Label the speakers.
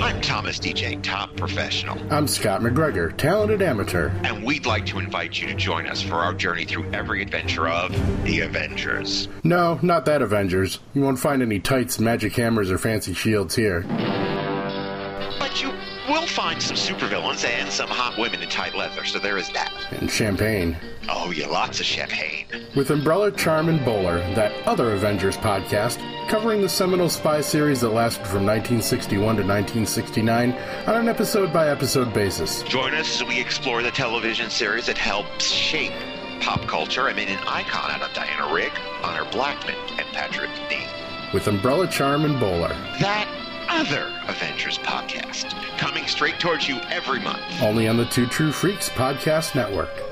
Speaker 1: I'm Thomas DJ, top professional,
Speaker 2: I'm Scott McGregor, talented amateur.
Speaker 1: and we'd like to invite you to join us for our journey through every adventure of the Avengers.
Speaker 2: No, not that Avengers. You won't find any tights, magic hammers, or fancy shields here.
Speaker 1: But you will find some supervillains and some hot women in tight leather, so there is that.
Speaker 2: And champagne.
Speaker 1: Oh, yeah, lots of champagne.
Speaker 2: With Umbrella, Charm, and Bowler, that other Avengers podcast, covering the seminal spy series that lasted from 1961 to 1969 on an episode by episode basis.
Speaker 1: Join us as we explore the television series that helps shape pop culture. I mean, an icon out of Diana Rigg, Honor Blackman, and Patrick Dean.
Speaker 2: With Umbrella, Charm, and Bowler,
Speaker 1: That other Avengers podcast coming straight towards you every month.
Speaker 2: only on the Two True Freaks Podcast Network.